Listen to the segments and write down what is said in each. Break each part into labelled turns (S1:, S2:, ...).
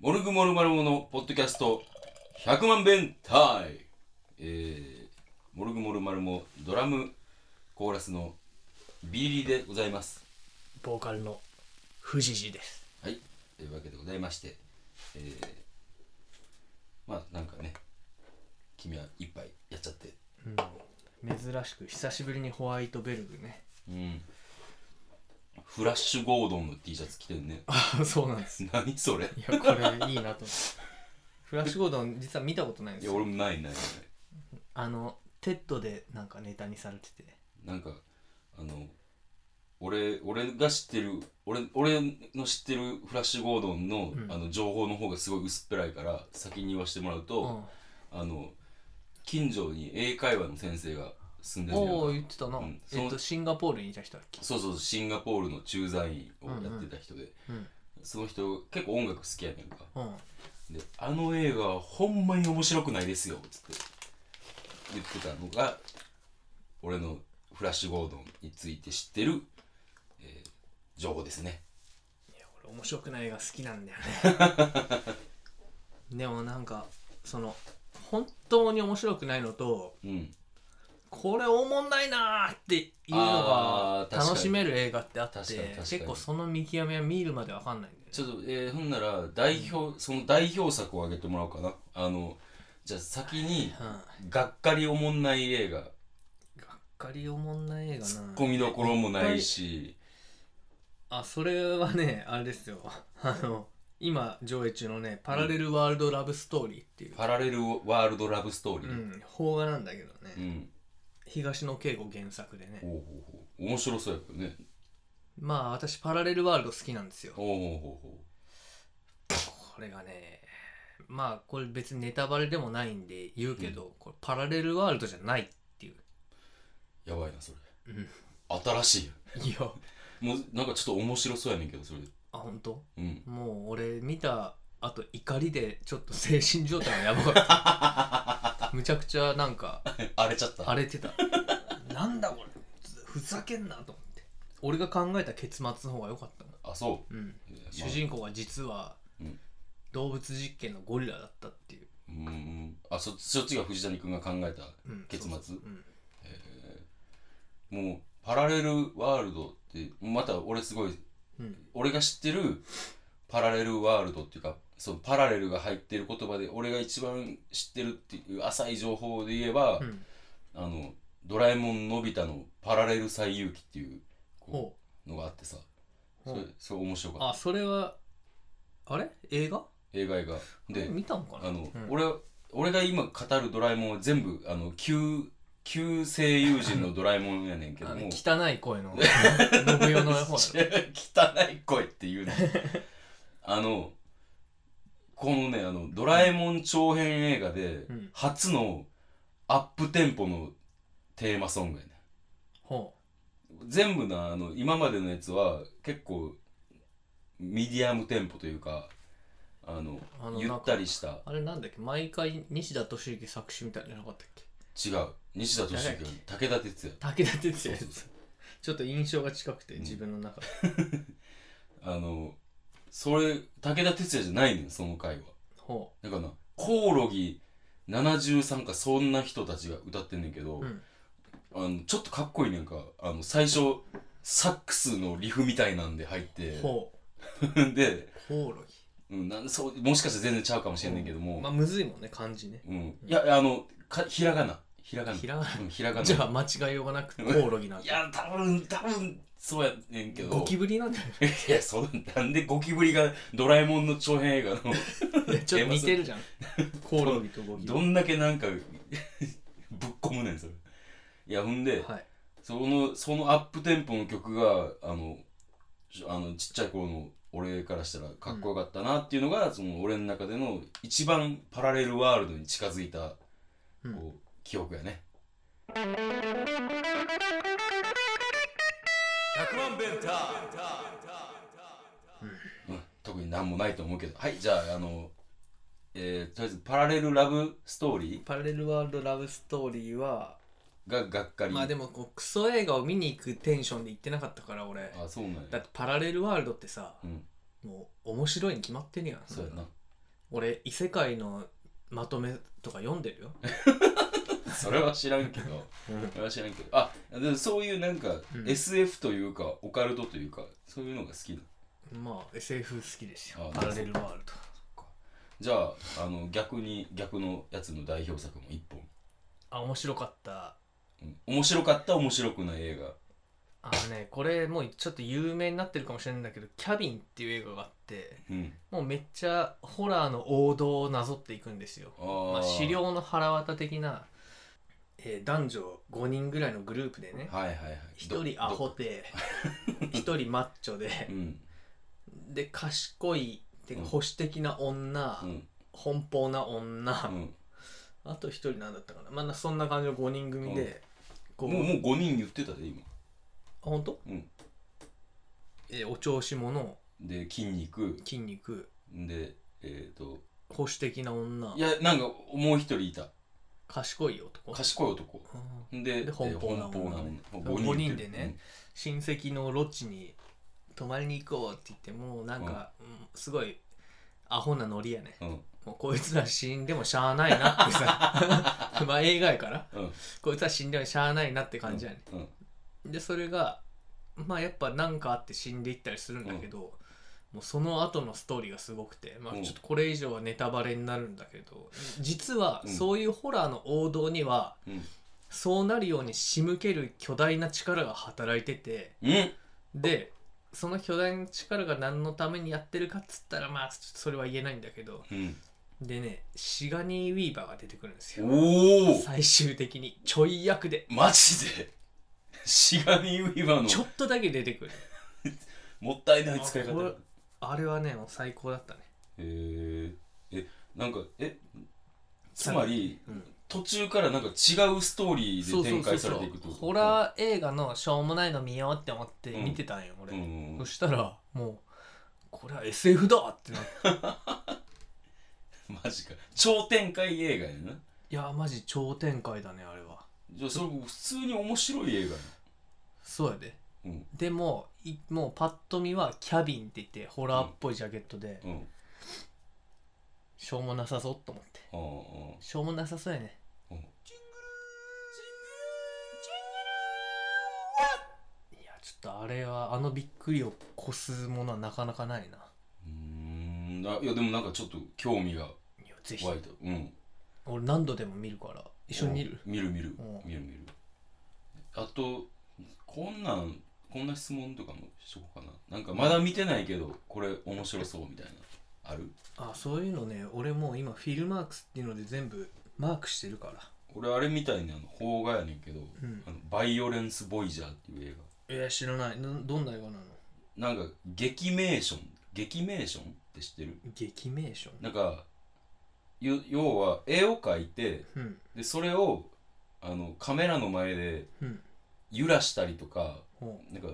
S1: モルグモルマルモのポッドキャスト100万弁タイ、えー、モルグモルマルモドラムコーラスのビーリーでございます
S2: ボーカルの藤次です。
S1: はいというわけでございまして、えー、まあなんかね君は一杯やっちゃって
S2: うん、珍しく久しぶりにホワイトベルグね。
S1: うんフラッシュゴードンの T シャツ着てんね
S2: あ そうなんです。い
S1: 何それ
S2: やこれいいなと思って。フラッシュゴードン実は見たことないん
S1: い
S2: です
S1: や
S2: よ。
S1: 俺もないないない
S2: あのテッドでなんかネタにされてて。
S1: なんかあの俺俺が知ってる俺俺の知ってるフラッシュ・ゴードンの,、
S2: うん
S1: あの情報の方がすごい薄っぺらいから先に言わせてもらう
S2: うん
S1: と、。あの近所に英会話の先生が住んでる
S2: おお
S1: よ
S2: 言ってたな。
S1: うんその
S2: えっとシンガポールにいた人だっけ。
S1: そうそうシンガポールの駐在員をやってた人で、
S2: うん。
S1: その人結構音楽好きやねんか
S2: うん。
S1: で「あの映画ほんまに面白くないですよ」つって言ってたのが俺のフラッシュ・ゴードンについて知ってる、えー情報ですね
S2: いや俺面白くない映画好きなんだよ ね。でもなんかその本当に面白くないのと
S1: うん
S2: これおもんないなーっていうの
S1: あ
S2: が
S1: ー確かに
S2: 楽しめる映画ってあって
S1: 確かに確かに
S2: 結構その見極めは見るまでわかんないんだよね
S1: ちょっと、えーほんなら代表、その代表作を挙げてもらおうかなあのじゃあ先に
S2: うん、
S1: がっかりおもんない映画
S2: がっかりおもんない映画な
S1: ツッコミどころもないし
S2: あそれはねあれですよ あの今上映中のね「パラレルワールド・ラブ・ストーリー」っていう、
S1: パラレルワールドラブストーリ
S2: う
S1: ー、うん
S2: ん、邦画なんだけどね、東野圭吾原作でね
S1: おうほうほう面白そうやけどね
S2: まあ私パラレルワールド好きなんですよ
S1: おうほうほうほ
S2: これがねまあこれ別にネタバレでもないんで言うけど、これパラレルワールドじゃないっていう、
S1: うやばいなそれ
S2: うん、
S1: 新しいやん
S2: いや
S1: もうなんかちょっと面白そうやねんけどそれ
S2: あ本当
S1: うん
S2: もう俺見たあと怒りでちょっと精神状態がやばか ったむちゃくちゃなんか
S1: 荒れちゃった
S2: 荒れてたなんだこれふざけんなと思って俺が考えた結末の方が良かったな
S1: あそ
S2: うん
S1: う、えー
S2: 主人公が実は
S1: うん公
S2: 動物実験のゴリラだったっていう、
S1: うんうんあそそっちが藤谷君が考えた
S2: うん
S1: 結末
S2: そうそううん
S1: もうパラレルワールドってまた俺すごい
S2: うん
S1: 俺が知ってるパラレルワールドっていうかそのパラレルが入ってる言葉で俺が一番知ってるっていう浅い情報で言えば、
S2: うん
S1: あのドラえもんのび太のパラレル最遊記っていうこ
S2: ほ
S1: うのがあってさ
S2: う
S1: それそれ面白かっ
S2: あそれはあれ映画
S1: た映画映画で
S2: 見たのかな
S1: あの、
S2: うん
S1: 俺は俺が今語るドラえもんは全部あの旧旧声優陣のドラえもんやねんけど
S2: あ
S1: も
S2: の汚い声の信代の方だろ
S1: 汚い声って言うね あのこのねあのドラえもん長編映画で
S2: うん
S1: 初のアップテンポのテーマソングやね
S2: ほ
S1: 全部のあの今までのやつは結構ミディアムテンポというかあの
S2: あの
S1: ゆったりした
S2: うあれなんだっけ毎回西田敏行作詞みたいじゃなかったっけ
S1: 違う西田敏行より武田鉄矢
S2: 武田鉄矢
S1: そうそ
S2: ちょっと印象が近くて
S1: うん
S2: 自分の中で、
S1: あのそれ武田鉄矢じゃないねんその回は
S2: ほ
S1: だからなコオロギ73かそんな人たちが歌ってんねんけど、
S2: う、うん、
S1: あのちょっとかっこいいねんかあの最初サックスのリフみたいなんで入って
S2: ほ う
S1: で、
S2: コオロギ
S1: うん、なんそうもしかしたら全然ちゃうかもしれんねんけども、
S2: まあむずいもんね漢字ね
S1: うん、いやあのかひらがなひらがな
S2: ひらがな
S1: うんひらがな
S2: じゃあ間違いようがなくコオロギなん
S1: い
S2: だ
S1: や多分多分そうやねんけど
S2: ゴキブリな んだよ
S1: いやそうなんでゴキブリがドラえもんの長編映画の
S2: ねちょっと似てるじゃんコオロギとゴキブ
S1: どんだけなんか ぶっ込むねんそれいやほんで、
S2: リはい
S1: そのそのアップテンポの曲があのちあのちっちゃい頃の俺からしたらかっこよかったなっていうのが、その俺の中での一番パラレルワールドに近づいた、
S2: うん
S1: こう記憶やね100万ベンタうん、特になんもないと思うけどはいじゃああのえーとりあえずパラレルラブストーリ
S2: パラレルワールドラブストーリーは
S1: ーががっかり
S2: まあで
S1: も
S2: もこうクソ映画を見に行くテンションで行ってなかったから俺
S1: あそうなん
S2: だ
S1: や
S2: ってパラレルワールドってさ
S1: うん
S2: もう面白いに決まってるやん
S1: そうやな
S2: 俺異世界のまとめとか読んでるよ、
S1: それは知らんけどそれは知らんけどあでそういうなんか
S2: うん
S1: SF というかオカルトというかそういうのが好きなの
S2: まあ SF 好きです
S1: あ
S2: よパラレルワールド
S1: じゃああの逆に逆のやつの代表作も一本、
S2: あ面白かった
S1: うん面白かった面白くない映画
S2: あのねこれもうちょっと有名になってるかもしれないんだけど「キャビン」っていう映画があって
S1: うん
S2: もうめっちゃホラーの王道をなぞっていくんですよ
S1: あー
S2: まあ、資料の腹渡的な、えー男女5人ぐらいのグループでね
S1: はいはいはい
S2: 一人アホで一人マッチョで
S1: うん
S2: で賢いっていうか
S1: うん
S2: 保守的な女、
S1: うん
S2: 奔放な女、
S1: うん
S2: あと一人なんだったかなまあなそんな感じの5人組で、こう
S1: もうもう5人言ってたで今
S2: あ本当、
S1: うん
S2: えーお調子者
S1: で筋肉
S2: 筋肉
S1: でえっ、と
S2: 保守的な女
S1: いやなんかもう一人いた
S2: 賢い男
S1: 賢い男
S2: うん
S1: で
S2: で奔放な女
S1: ね
S2: 五人でね親戚のロッジに泊まりに行こうって言ってもうなんか、うんすごいアホなノリやね
S1: うん
S2: もうこいつら死んでもしゃあないなっ てさまあ映画やから
S1: うん
S2: こいつら死んでもしゃあないなって感じやね、
S1: うん
S2: でそれがまあやっぱなんかあって死んでいったりするんだけど、もうその後のストーリーがすごくて、まあ、
S1: うん
S2: ちょっとこれ以上はネタバレになるんだけど実は
S1: うん
S2: そういうホラーの王道には
S1: うん
S2: そうなるように仕向ける巨大な力が働いてて
S1: うん
S2: でその巨大な力が何のためにやってるかっつったらまあちょっとそれは言えないんだけど
S1: うん
S2: でねシガニー・ウィーバーが出てくるんですよ
S1: おお
S2: 最終的にちょい役で
S1: マジでシガニーウィーバーの
S2: ちょっとだけ出てくる
S1: もったいない使い
S2: あこれ
S1: 方
S2: あれはねもう最高だったね
S1: へええなんかえつまり
S2: うん
S1: 途中からなんか違うストーリーで展開されていくってこと
S2: ホラー映画のしょうもないの見ようって思って
S1: うん
S2: 見てたんよ、俺、
S1: うんうんうん
S2: そしたらもうこれは SF だってなって
S1: マジか超展開映画やない
S2: やマジ超展開だねあれは
S1: じゃあそれ普通に面白い映画や
S2: そうやで
S1: うん
S2: でもいもうパッと見はキャビンって言ってホラーっぽいジャケットで、
S1: うん
S2: しょうもなさそうと思って
S1: ああ
S2: しょうもなさそうやね
S1: うん
S2: いやちょっとあれはあのびっくりを越すものはなかなかないな
S1: うーんあいやでもなんかちょっと興味が
S2: いやぜひ
S1: 湧いたうん
S2: 俺何度でも見るから一緒に見る
S1: 見る見る
S2: うん
S1: 見る見るあとこんなんこんな質問とかもしとこうかななんかまだ見てないけどこれ面白そうみたいなある
S2: あそういうのね俺もう今フィルマークスっていうので全部マークしてるから
S1: 俺あれみたいにあの邦画やねんけど、
S2: うん
S1: あのバイオレンス・ボイジャーっていう映
S2: えー、知らないなどんな映画なの
S1: 画なんか劇名ション劇名ションって知ってる
S2: 劇名ション
S1: なんかよ要は絵を描いて
S2: うん
S1: でそれをあのカメラの前で
S2: うん
S1: 揺らしたりとか
S2: ほ
S1: なんか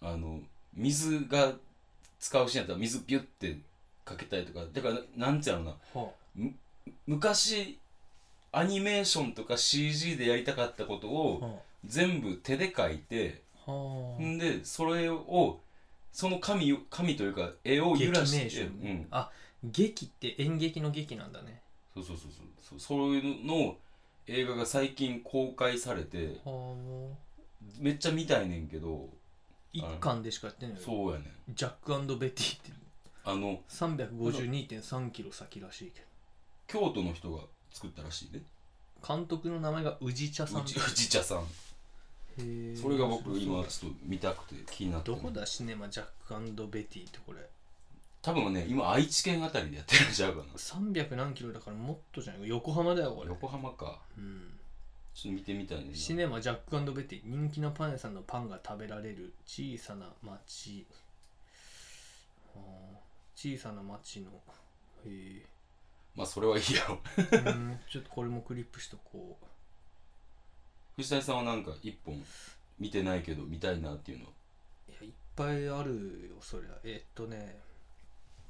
S1: あの水が使うシーンやったら水ビュッてかけたりとかだからななんちゃうのか
S2: うは
S1: な昔アニメーションとか CG でやりたかったこと
S2: あ
S1: を
S2: は
S1: 全部手で描いて
S2: あはあ
S1: んでそれをその紙を紙というか絵を
S2: 劇
S1: 揺らして
S2: 名ション、
S1: うん、
S2: あ劇って演劇の劇なんだね
S1: そうそうそうそうそうそういうのを映画が最近公開されて
S2: はあ
S1: めっちゃ見たいねんけど
S2: 一巻でしかやってないよ
S1: そうやねん
S2: ジャックベティって
S1: あの
S2: 352.3キロ先らしいけ
S1: 京都の人が作ったらしいね
S2: ど監督の名前が宇治茶さん
S1: うちうち茶さん
S2: へえ
S1: それが僕今ちょっと見たくて気になって
S2: ど
S1: る
S2: こだシネマジャックベティってこれ
S1: 多分ね今愛知県あたりでやってるんちゃうかな
S2: 300何キロだからもっとじゃない横浜だよこれ、
S1: 横浜か
S2: うん、
S1: ちょっと見てみたいねんな
S2: シネマジャックベティ人気のパン屋さんのパンが食べられる小さな町あー小さな町のへ
S1: まあそれはいいやろ
S2: えうんちょっとこれもクリップしとこう
S1: 藤谷さんはなんか一本見てないけど見たいなっていうの
S2: いやいっぱいあるよそりゃえっとね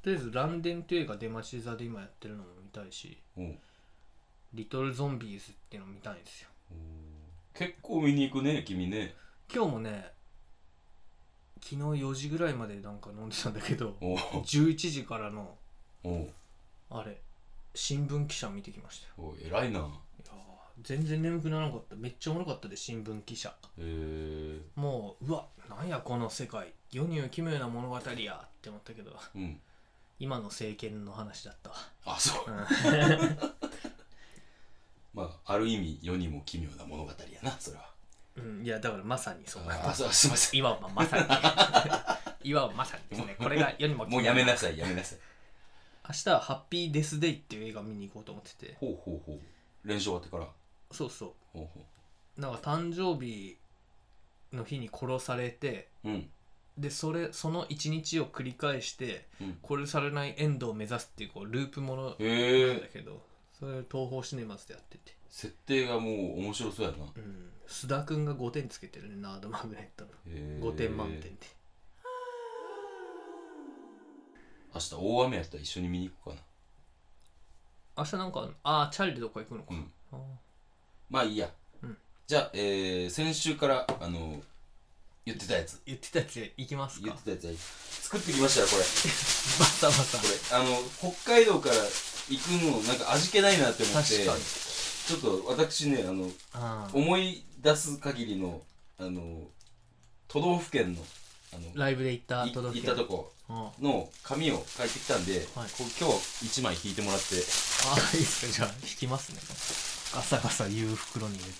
S2: とりあえず「ランデン」という映画出待ち座で今やってるのも見たいし
S1: おう
S2: 「リトルゾンビーズ」っていうのも見たいんですよ
S1: 結構見に行くね君ね
S2: 今日もね昨日4時ぐらいまでなんか飲んでたんだけど
S1: おう
S2: 11時からの
S1: おう
S2: あれ新聞記者見てきましたよ
S1: おい偉いない
S2: やー全然眠くならなかっためっちゃおもろかったで新聞記者
S1: えー、
S2: もううわなんやこの世界世に奇妙な物語やって思ったけど
S1: うん
S2: 今の政権の話だったわ
S1: あそう
S2: うん
S1: まあある意味世にも奇妙な物語やなそれは
S2: うん、いやだからまさにそう
S1: あそうすいません
S2: 今はまさに今はまさに ですねこれが世にも奇妙
S1: もうやめなさいやめなさい
S2: 明日は「ハッピーデス・デイ」っていう映画見に行こうと思ってて
S1: ほうほうほう練習終わってから
S2: そうそ
S1: ほうほ
S2: うなんか誕生日の日に殺されて
S1: ううん
S2: でそれその一日を繰り返して
S1: うん
S2: 殺されないエンドを目指すっていうこうループもの
S1: へ
S2: なんだ
S1: え
S2: けど、それを東宝シネマズでやってて
S1: 設定がもう面白そうやな
S2: うん須田君が5点つけてるねナードマグネットの
S1: へー
S2: 5点満点で、
S1: 明日大雨やったら一緒に見に行こうかな
S2: 明日なんかあんのあーチャリでどっか行くのか、
S1: うん
S2: あー
S1: まあいいや、
S2: うん
S1: じゃあ、えー先週からあの言ってたやつ
S2: 言ってたやつで行きます
S1: 言
S2: か
S1: ってたやつや作ってきましたよこれ
S2: バサバサ
S1: これあの北海道から行くのなんか味気ないなって思って
S2: 確かに
S1: ちょっと私ねあの
S2: あー
S1: 思い出す限りのあの都道府県のあの
S2: ライブで行った
S1: い行
S2: 届
S1: っ
S2: け
S1: たとこ
S2: あ
S1: の紙を書いてきたんで、
S2: はい
S1: こう今日1枚引いてもらって
S2: あーいいっすかじゃあ引きますねガサガサ言う袋に入れてよ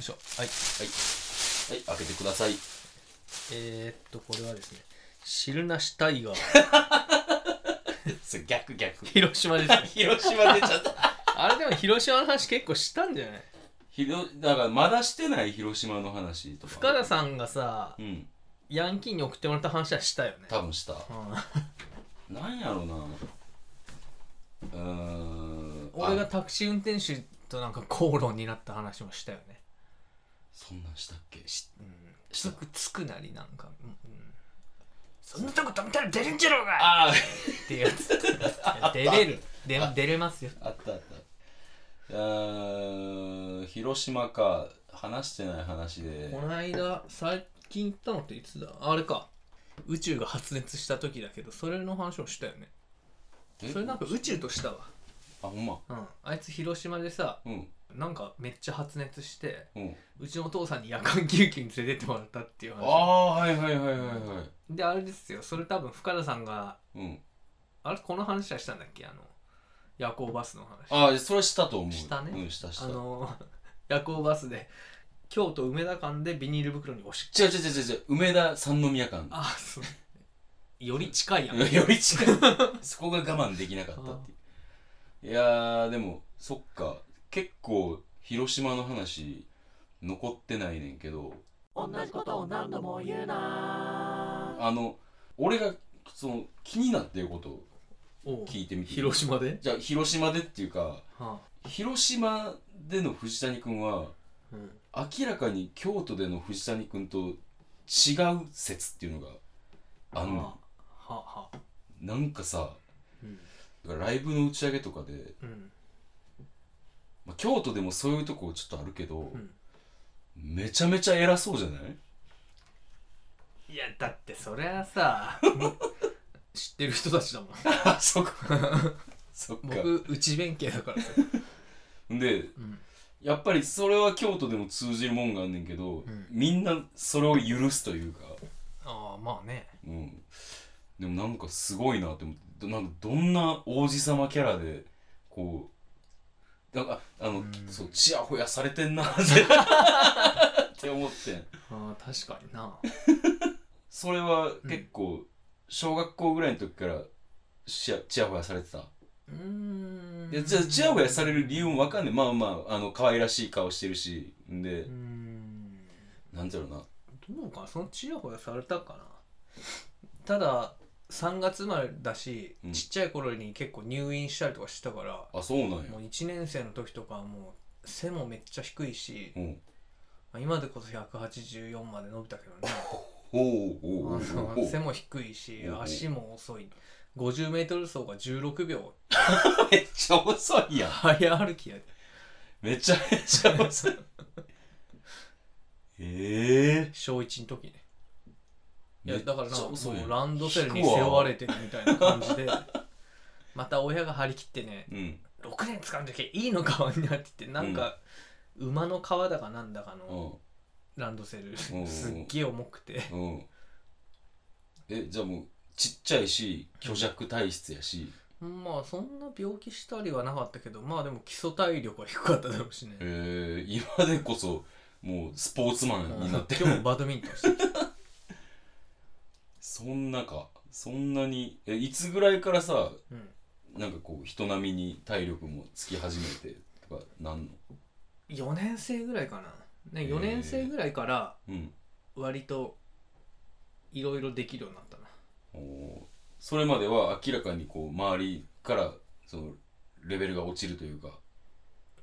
S2: いしょは
S1: は
S2: い
S1: い開けてください
S2: えー、っとこれはですね汁なしタイガー
S1: そう逆逆
S2: 広島ですね
S1: 広島出ちゃった
S2: あれでも広島の話結構したんじゃない
S1: ひろだからまだしてない広島の話とか
S2: 深田さんがさ
S1: うん
S2: ヤンキーに送ってもらった話はしたよね
S1: 多分した
S2: うん
S1: なんやろうなうーん
S2: 俺が
S1: あ
S2: タクシー運転手となんか口論になった話もしたよね、
S1: そんなんしたっけし
S2: うん、
S1: した
S2: つくつくなりなんか、うんうん、そんなとこ止めたら出るんじゃろうが
S1: あ
S2: っていうやつ出れるで出れますよ
S1: ああったあったうーん広島か話してない話で
S2: この間最近行ったのっていつだあれか宇宙が発熱した時だけどそれの話をしたよね
S1: え
S2: それなんか宇宙としたわ
S1: あほんま
S2: うんあいつ広島でさ
S1: うん
S2: なんかめっちゃ発熱して
S1: うん
S2: うちのお父さんに夜間救急に連れてってもらったっていう
S1: ああ
S2: 話
S1: はいはいはいはいはい
S2: であれですよそれ多分深田さんが
S1: うん
S2: あれこの話はしたんだっけあの夜行バスの話
S1: ああそれしたと思う
S2: したね
S1: うんしたした
S2: あ
S1: 違う
S2: の 夜行バスで京都梅田間でビニール袋に押し
S1: 違う違う違う梅田三宮間
S2: あそうより近いやん
S1: より近いそこが我慢できなかったっていういやーでもそっか結構広島の話残ってないねんけど
S3: 同じことを何度も言うな
S1: あの俺がその気になってることを
S2: おう
S1: 聞いてみて
S2: 広島で、
S1: じゃあ広島でっていうか
S2: は
S1: 広島での藤谷君は
S2: あうん、
S1: 明らかに京都での藤谷君と違う説っていうのがあんねん
S2: はあはあはあ
S1: なんかさ
S2: うん
S1: ライブの打ち上げとかで
S2: うん
S1: まあ、京都でもそういうとこちょっとあるけど、
S2: ん
S1: めちゃめちゃ偉そうじゃない
S2: いやだってそり ゃさ知ってる人たちだもん
S1: あそっかそっか
S2: 僕内弁慶だからさ、
S1: で
S2: うん、
S1: やっぱりそれは京都でも通じるもんがあんねんけど、
S2: ん
S1: みんなそれを許すというか、
S2: ああまあね
S1: うん、でもなんかすごいなって思ってどなんかどんな王子様キャラでこうなんかあの、
S2: うん
S1: そうちやほやされてん なってって思ってん
S2: ああ確かにな
S1: それは結構小学校ぐらいの時からしやちやほやされてた
S2: うーん
S1: いやじゃあちやほやされる理由もわかんないまあまああの可愛らしい顔してるしんで
S2: うーん
S1: なんだろうな
S2: どうかなそのちやほやされたかなただ3月生まれだし、
S1: うん
S2: ちっちゃい頃に結構入院したりとかしてたから
S1: あそうなんや
S2: もう1年生の時とかはもう背もめっちゃ低いし、
S1: うん
S2: まあ今でこそ184まで伸びたけどね
S1: ほうほうほう
S2: あ
S1: ほう
S2: の 背も低いし
S1: おうおう
S2: 足も遅い 50m 走が16秒
S1: めっちゃ遅いやん
S2: 早歩きや
S1: めちゃめちゃ遅いええ
S2: 小1の時ねいや
S1: めっ
S2: だから
S1: ち
S2: な
S1: ゃ
S2: も
S1: 遅いやん
S2: うランドセルに背負われてるみたいな感じでまた親が張り切ってね
S1: うん
S2: 6年使うんだけいいのかになっててなんか、馬の皮だかなんだか
S1: う
S2: の
S1: ん
S2: ランドセル、
S1: うん
S2: すっげえ重くて
S1: うんえじゃあもうちっちゃいし虚弱体質やし
S2: まあそんな病気したりはなかったけどまあでも基礎体力は低かっただろうしね、
S1: えー、今でこそもうスポーツマンになってる、
S2: 今日もバドミントンしてきた
S1: そんなかそんなにえいつぐらいからさ
S2: うん
S1: なんかこう人並みに体力もつき始めてとかなんの
S2: 4年生ぐらいかな、ね、
S1: へ
S2: 4
S1: え
S2: 年生ぐらいから
S1: うん
S2: 割といろいろできるようになったな
S1: おーそれまでは明らかにこう周りからそのレベルが落ちるというか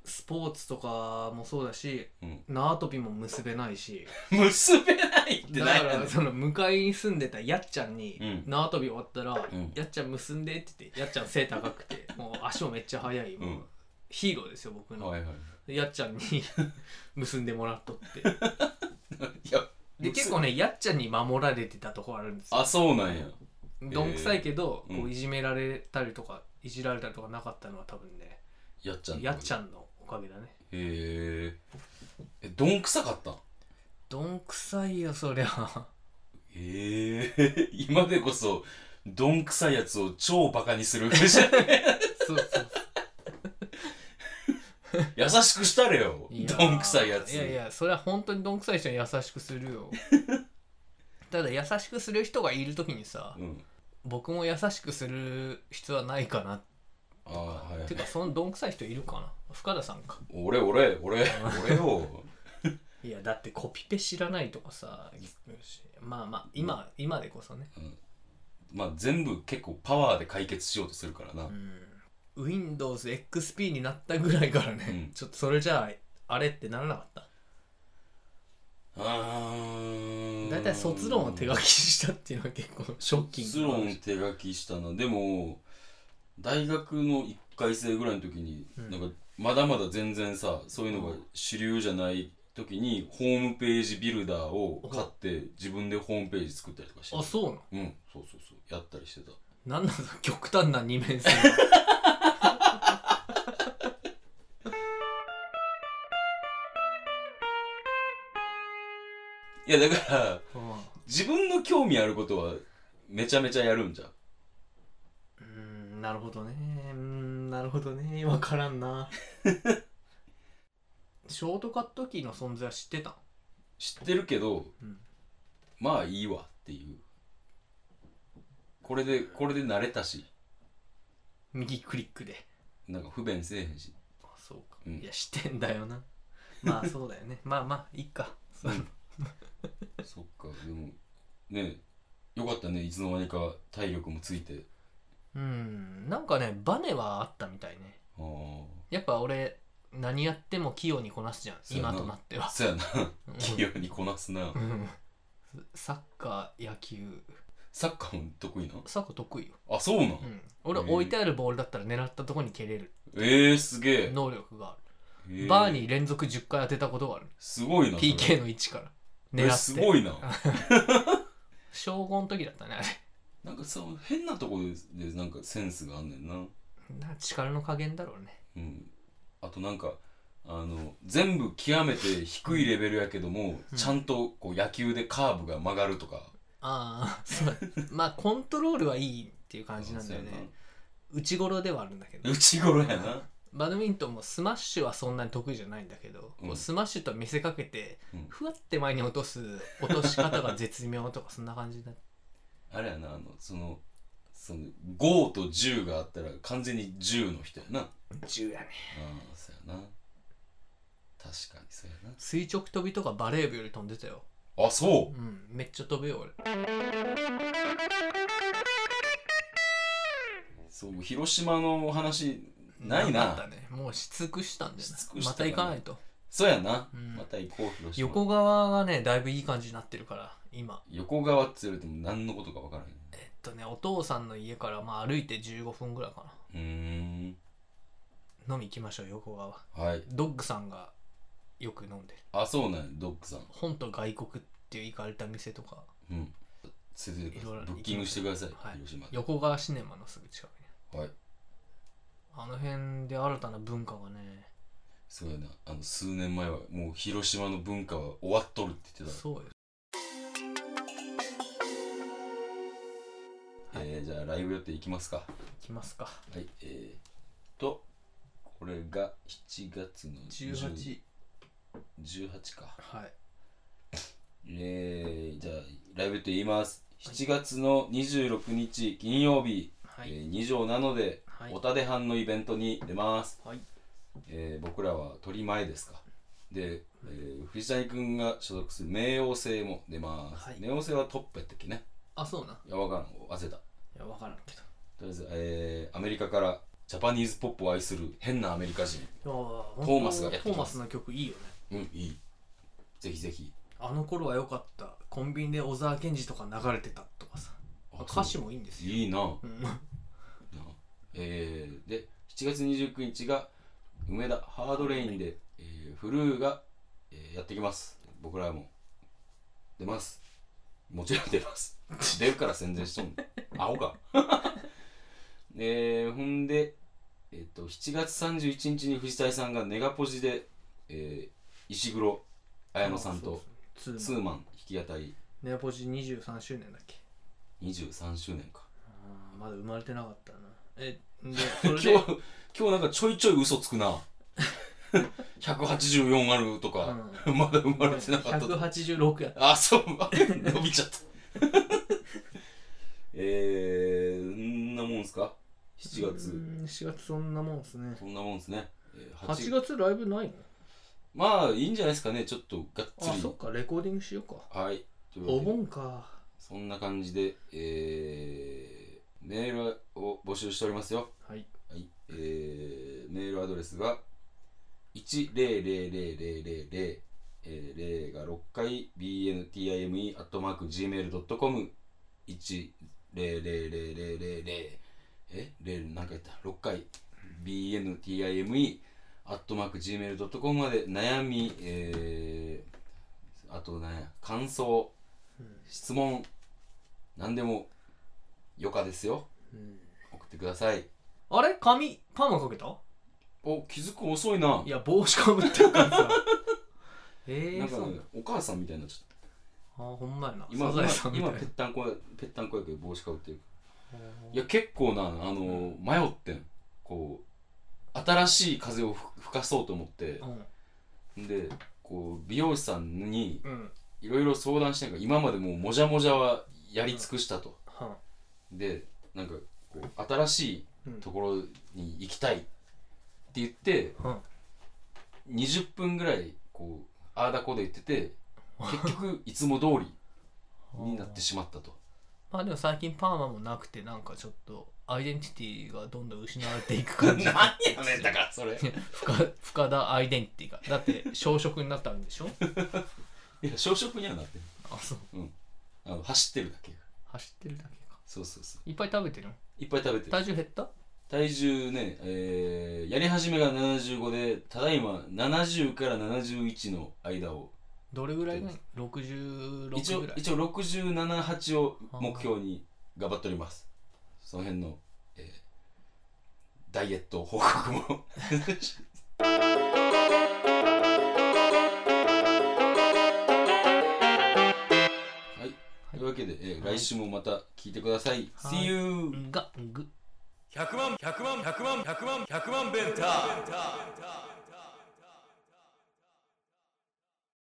S2: スポーツとかもそうだし、
S1: うん
S2: 縄跳びも結べないし
S1: 結べないって
S2: だ
S1: ない
S2: か
S1: やね
S2: ら
S1: ん
S2: その向かいに住んでたやっちゃんに
S1: うん
S2: 縄跳び終わったら「
S1: ん
S2: やっちゃん結んで」って言ってやっちゃん背高く てもう足もめっちゃ速い、もう
S1: うん
S2: ヒーローですよ僕の、
S1: はいはい
S2: でやっちゃんに 結んでもらっと って
S1: いや
S2: で結構ねやっちゃんに守られてたとこあるんですよ
S1: あそうなんや
S2: どんくさいけど、
S1: えーうん
S2: こういじめられたりとかいじられたりとかなかったのは多分ね
S1: やっちゃん
S2: やっち
S1: ゃん
S2: ゃんのおかげだね
S1: へーえどんくさかったん
S2: どんくさいよそ りゃ
S1: へえ 今でこそどんくさいやつを超バカにする
S2: そうそうそう
S1: 優しくしたれよ
S2: いやー
S1: どんくさいやつ
S2: いやいやそれは本当にどんくさい人に優しくする よただ優しくする人がいる時にさ
S1: うん
S2: 僕も優しくする必要はないかな
S1: ああはい
S2: てかそのどんくさい人いるかな深田さんか
S1: 俺俺俺俺よ
S2: いやだってコピペ知らないとかさまあまあ今、今でこそね
S1: まあ全部結構パワーで解決しようとするからな、
S2: うん WindowsXP になったぐらいからね、
S1: うん
S2: ちょっとそれじゃああれってならなかった
S1: あー
S2: 大体卒論を手書きしたっていうのは結構ショッキング
S1: 卒論手書きしたなでも大学の1回生ぐらいの時に、
S2: うん
S1: なんかまだまだ全然さそういうのが主流じゃない時にホームページビルダーを買って自分でホームページ作ったりとかして
S2: あそうなの
S1: うんそうそうそうやったりしてた
S2: なんだその極端な二 面性
S1: いやだから
S2: うん
S1: 自分の興味あることはめちゃめちゃやるんじゃん
S2: うーんなるほどねうーんなるほどね分から んなショートカットキーの存在は知ってた
S1: 知ってるけど、
S2: うん
S1: まあいいわっていうこれでこれで慣れたし
S2: 右クリックで
S1: なんか不便せえへんし
S2: あそうか、
S1: うん
S2: いや知ってんだよなまあそうだよねまあまあいいかそう
S1: そっかでもねよかったねいつの間にか体力もついて
S2: うんなんかねバネはあったみたいね
S1: あ
S2: やっぱ俺何やっても器用にこなすじゃん
S1: そうやな
S2: 今となって
S1: あ
S2: は
S1: そやな
S2: うん
S1: 器用にこなすな
S2: うんサッカー野球
S1: サッカーも得意な
S2: サッカー得意よ、
S1: あそうなん、
S2: うん、俺
S1: へえ
S2: 置いてあるボールだったら狙ったとこに蹴れる
S1: ええー、すげえ
S2: 能力があ
S1: へ
S2: る
S1: え
S2: バーに連続10回当てたことがある
S1: すごいなそれ
S2: PK の位置から狙っ
S1: え
S2: て
S1: すごいな
S2: 小5の時だったねあれ
S1: なんかさ変なとこでなんかセンスがあんねんな
S2: な力の加減だろうね
S1: うん、あとなんかあの全部極めて低いレベルやけども、
S2: うん
S1: ちゃんとこう野球でカーブが曲がるとか
S2: ああそう まあコントロールはいいっていう感じなんだよね内頃ではあるんだけど
S1: 内頃やな
S2: バドミントンもスマッシュはそんなに得意じゃないんだけど、
S1: うん
S2: こうスマッシュと見せかけて、
S1: うん
S2: ふわって前に落とす落とし方が絶妙とかそんな感じだ
S1: あれやなあのそのその5と10があったら完全に10の人やなあ
S2: 10やね
S1: あそうやな確かにそうや
S2: 垂直跳びとかバレー部より飛んでたよ
S1: なあそううん
S2: めっちゃ飛ぶよ俺
S1: そう広島の話ないな
S2: かったねもうし尽くしたんだよ
S1: し尽
S2: な
S1: くした
S2: ま
S1: か
S2: た
S1: な
S2: 行かないと
S1: そうやな、
S2: うん
S1: また行こう広島
S2: 横側がねだいぶいい感じになってるから今
S1: 横側って言われても何のことか分からへん
S2: えっとねお父さんの家からまあ歩いて15分ぐらいか
S1: うーん
S2: な飲み行きましょう横側
S1: はい
S2: ドッグさんがよく飲んでる
S1: あそうなんやドックさん
S2: 本と外国っていう行かれた店とか
S1: うん。連れてってくだ
S2: いろ
S1: さ
S2: いろ
S1: いブッキングしてください、
S2: はい
S1: 広島で。
S2: 横川シネマのすぐ近くに
S1: はい。
S2: あの辺で新たな文化がね
S1: すごいなあの数年前はもう広島の文化は終わっとるって言ってた、
S2: そうよはい
S1: えーじゃあライブ予定いきますか
S2: 行きますか
S1: はいえー、とこれが7月の10
S2: 18
S1: 18か
S2: はい
S1: えー、じゃあライブ予定言います7月の26日金曜日、
S2: は
S1: え
S2: い
S1: ー、2畳なので、
S2: はい
S1: おたで班のイベントに出ます
S2: はい
S1: えー僕らは鳥前ですかで、えー藤谷君が所属する冥王星も出ます、
S2: はい
S1: 冥王星はトップやったっけね
S2: あそうない
S1: やわからん忘れたと
S2: いや分からんけど
S1: りあえず、えーアメリカからジャパニーズポップを愛する変なアメリカ人
S2: いやト
S1: ーマスがやってき
S2: ト
S1: ます
S2: ーマスの曲いいよね
S1: うんいいぜひぜひ
S2: あの頃は良かったコンビニで小沢健二とか流れてたとかさ
S1: あ
S2: 歌詞もいいんですよ、
S1: いいなな
S2: うん、
S1: えーで7月29日が梅田ハードレインで、えーフルーが、えーやってきます僕らも出ますもちろん出 ます出るから宣伝しとんのアホか えーほんで、えっと7月31日に藤谷さんがネガポジで、えー石黒綾乃さんと
S2: そうそう
S1: ツ
S2: ツー
S1: ーマ
S2: マン
S1: ン弾き語り
S2: ネアポジ23周年だっけ
S1: 23周年か
S2: あーまだ生まれてなかったなえ で
S1: 今
S2: そ
S1: 日
S2: れで
S1: 今日なんかちょいちょい嘘つくな 184あるとか、まだ生まれてなかったとか
S2: 186やった
S1: あそう伸びちゃ ったえー、んなもんすか7
S2: う
S1: 月
S2: ーん7月そんなもんですね
S1: そんなもんすね、えー八
S2: 8月ライブないの
S1: まあいいんじゃないですかねちょっとがっつ
S2: あそ
S1: り
S2: っかレコーディングしようか
S1: はいというわ
S2: お
S1: けで
S2: 盆か
S1: そんな感じでえー、メールを募集しておりますよ
S2: はい
S1: はい、えー、メールアドレスが1000000、えー、0が6回 bntime.gmail.com 1000000え0なんか言った6回 bntime.gmail.com まで悩み、えー、あとね感想
S2: うん
S1: 質問何でもよかですよ
S2: うん
S1: 送ってください
S2: あれ髪パーマかけた
S1: お気づく遅いない
S2: や帽子かぶってるからさ ええ
S1: なん
S2: ー、
S1: か
S2: そう
S1: ねお母さんみたいになっちゃっ
S2: あーほんまやな
S1: た今
S2: サザエさんみた
S1: 今
S2: いな
S1: 今ぺったんこやぺったんこやけど帽子かぶってる
S2: あー
S1: いや結構なあの迷ってんこう新しい風をふ吹かそうと思ってでこう美容師さんに
S2: うんうん
S1: いろいろ相談してんから今までもうもじゃもじゃはやり尽くしたと
S2: は
S1: でなんかこう新しいところに行きたいって言って
S2: んうん
S1: 20分ぐらいこうああだこうだ言ってて結局いつも通りになってしまったと
S2: まあでも最近パーマもなくてなんかちょっとアイデンティティがどんどん失われていく 感じ
S1: ねんだからそれい
S2: 深深田アイデンティティがだって小食になったんでしょ
S1: や小食にはなってる
S2: あそう
S1: あの走ってるだけ
S2: 走ってるだけか
S1: そうそうそう
S2: いっぱい食べてるの
S1: いっぱい食べてる
S2: 体重減った
S1: 体重ね、えーやり始めが75でただいま70から71の間を
S2: どれぐらいがいい ?66
S1: 一応
S2: ぐらい
S1: 一応678を目標に頑張っておりますその辺の、えーダイエット報告も はいというわけで、えー
S2: はい
S1: 来週もまた聞いてください、
S2: はい
S1: See you!
S2: がぐ
S4: 100万100万100万100万100万ベンター